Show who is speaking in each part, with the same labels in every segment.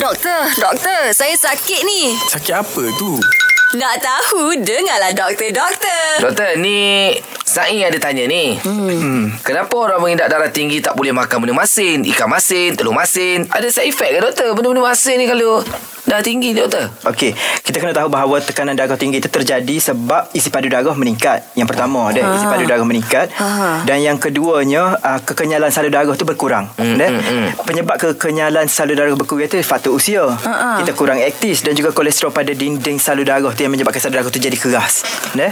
Speaker 1: Doktor, doktor, saya sakit ni.
Speaker 2: Sakit apa tu?
Speaker 1: Nak tahu, dengarlah doktor, doktor.
Speaker 3: Doktor, ni Sa'i ada tanya ni. Hmm. Kenapa orang mengidap darah tinggi tak boleh makan benda masin? Ikan masin, telur masin. Ada side effect ke doktor? Benda-benda masin ni kalau darah tinggi ni doktor?
Speaker 4: Okey, kita kena tahu bahawa tekanan darah tinggi itu terjadi sebab isi padu darah meningkat. Yang pertama, ada isi padu darah meningkat
Speaker 1: Ah.
Speaker 4: dan yang keduanya ah, kekenyalan salur darah tu berkurang. Dan penyebab kekenyalan salur darah berkurang itu faktor usia. Kita kurang aktif dan juga kolesterol pada dinding salur darah tu yang menyebabkan salur darah tu jadi keras. Neh.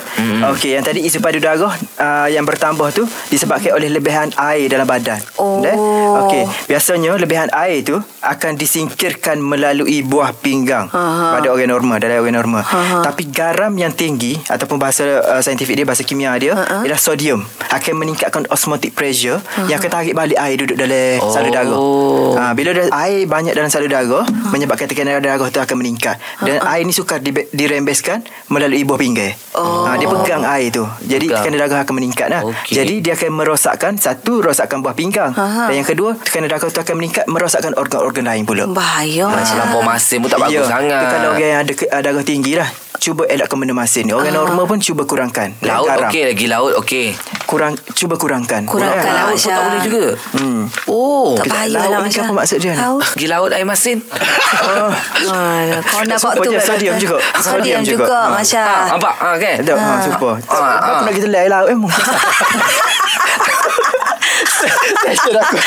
Speaker 4: Okey, yang tadi isi padu darah ah, yang bertambah tu disebabkan oleh lebihan air dalam badan.
Speaker 1: Oh.
Speaker 4: Neh. Okey, biasanya lebihan air tu akan disingkirkan melalui buah pinggang
Speaker 1: Aha.
Speaker 4: pada orang normal dalam orang normal.
Speaker 1: Aha.
Speaker 4: Tapi garam yang tinggi ataupun bahasa uh, saintifik dia bahasa kimia dia
Speaker 1: Ha-ha.
Speaker 4: ialah sodium akan meningkatkan osmotic pressure yang akan tarik balik air duduk
Speaker 3: Oh.
Speaker 4: dalam
Speaker 3: Ha.
Speaker 4: salur darah. Ha, bila dah air banyak dalam salur darah menyebabkan tekanan darah tu akan meningkat dan air ni sukar dibe- dirembeskan melalui buah pinggang.
Speaker 1: Oh.
Speaker 4: Ha, dia pegang air tu. Jadi
Speaker 3: Pegang.
Speaker 4: tekanan darah akan meningkat lah.
Speaker 3: Okey. Ha,
Speaker 4: Jadi dia akan merosakkan satu rosakkan buah pinggang
Speaker 1: Aha.
Speaker 4: dan yang kedua tekanan darah tu akan meningkat merosakkan organ-organ lain pula.
Speaker 1: Bahaya.
Speaker 4: Ah,
Speaker 3: Ha, Lampau masin pun tak bagus
Speaker 4: Ya,
Speaker 3: sangat.
Speaker 4: tu Kalau orang yang ada ke- uh, darah tinggi lah Cuba elakkan benda masin ni Orang normal pun cuba kurangkan Dan
Speaker 3: Ah. Laut
Speaker 4: garam.
Speaker 3: okey lagi laut okey.
Speaker 4: Kurang Cuba kurangkan Ah.
Speaker 1: Kurangkan
Speaker 4: Kurang-
Speaker 1: lah,
Speaker 3: Laut pun tak
Speaker 1: Aisyah.
Speaker 3: boleh juga. Hmm. Oh.
Speaker 1: Tak
Speaker 4: Kita-
Speaker 1: payah
Speaker 4: laut
Speaker 1: lah
Speaker 4: ni
Speaker 1: Masya.
Speaker 4: apa maksud dia ni?
Speaker 1: Tahu.
Speaker 3: Pergi laut air masin.
Speaker 1: Alah, Ah, Kau nak buat tu.
Speaker 4: Supaya sodium juga.
Speaker 1: Sodium
Speaker 4: Sodium
Speaker 1: juga
Speaker 4: juga. Ah,
Speaker 1: Masya.
Speaker 3: Ha, nampak ha, kan?
Speaker 4: Tak, ha, super.
Speaker 3: Ah, ah.
Speaker 4: Aku nak kita lain laut eh, emang. Tension aku.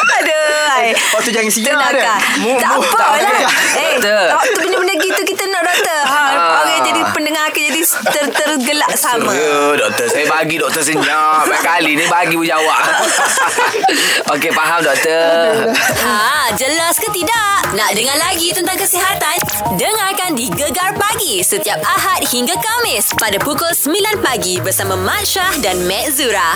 Speaker 1: Aduh. ai.
Speaker 4: Lepas tu jangan siap
Speaker 1: Tenangkan.
Speaker 4: dia.
Speaker 3: Mu-
Speaker 1: Tak
Speaker 3: mu-
Speaker 1: apa
Speaker 3: tak
Speaker 1: lah.
Speaker 3: boleh.
Speaker 1: Eh,
Speaker 3: Doktor.
Speaker 1: waktu benda-benda gitu kita nak doktor. Ha, orang jadi
Speaker 4: Ah.
Speaker 1: pendengar kita jadi ter- tergelak sama.
Speaker 3: Ya, doktor. Saya bagi doktor senyap. Banyak kali ni bagi berjawab. Okey, faham doktor.
Speaker 1: Ha, jelas ke tidak? Nak dengar lagi tentang kesihatan? Dengarkan di Gegar Pagi setiap Ahad hingga Kamis pada pukul 9 pagi bersama Mat Syah dan Mat Zura.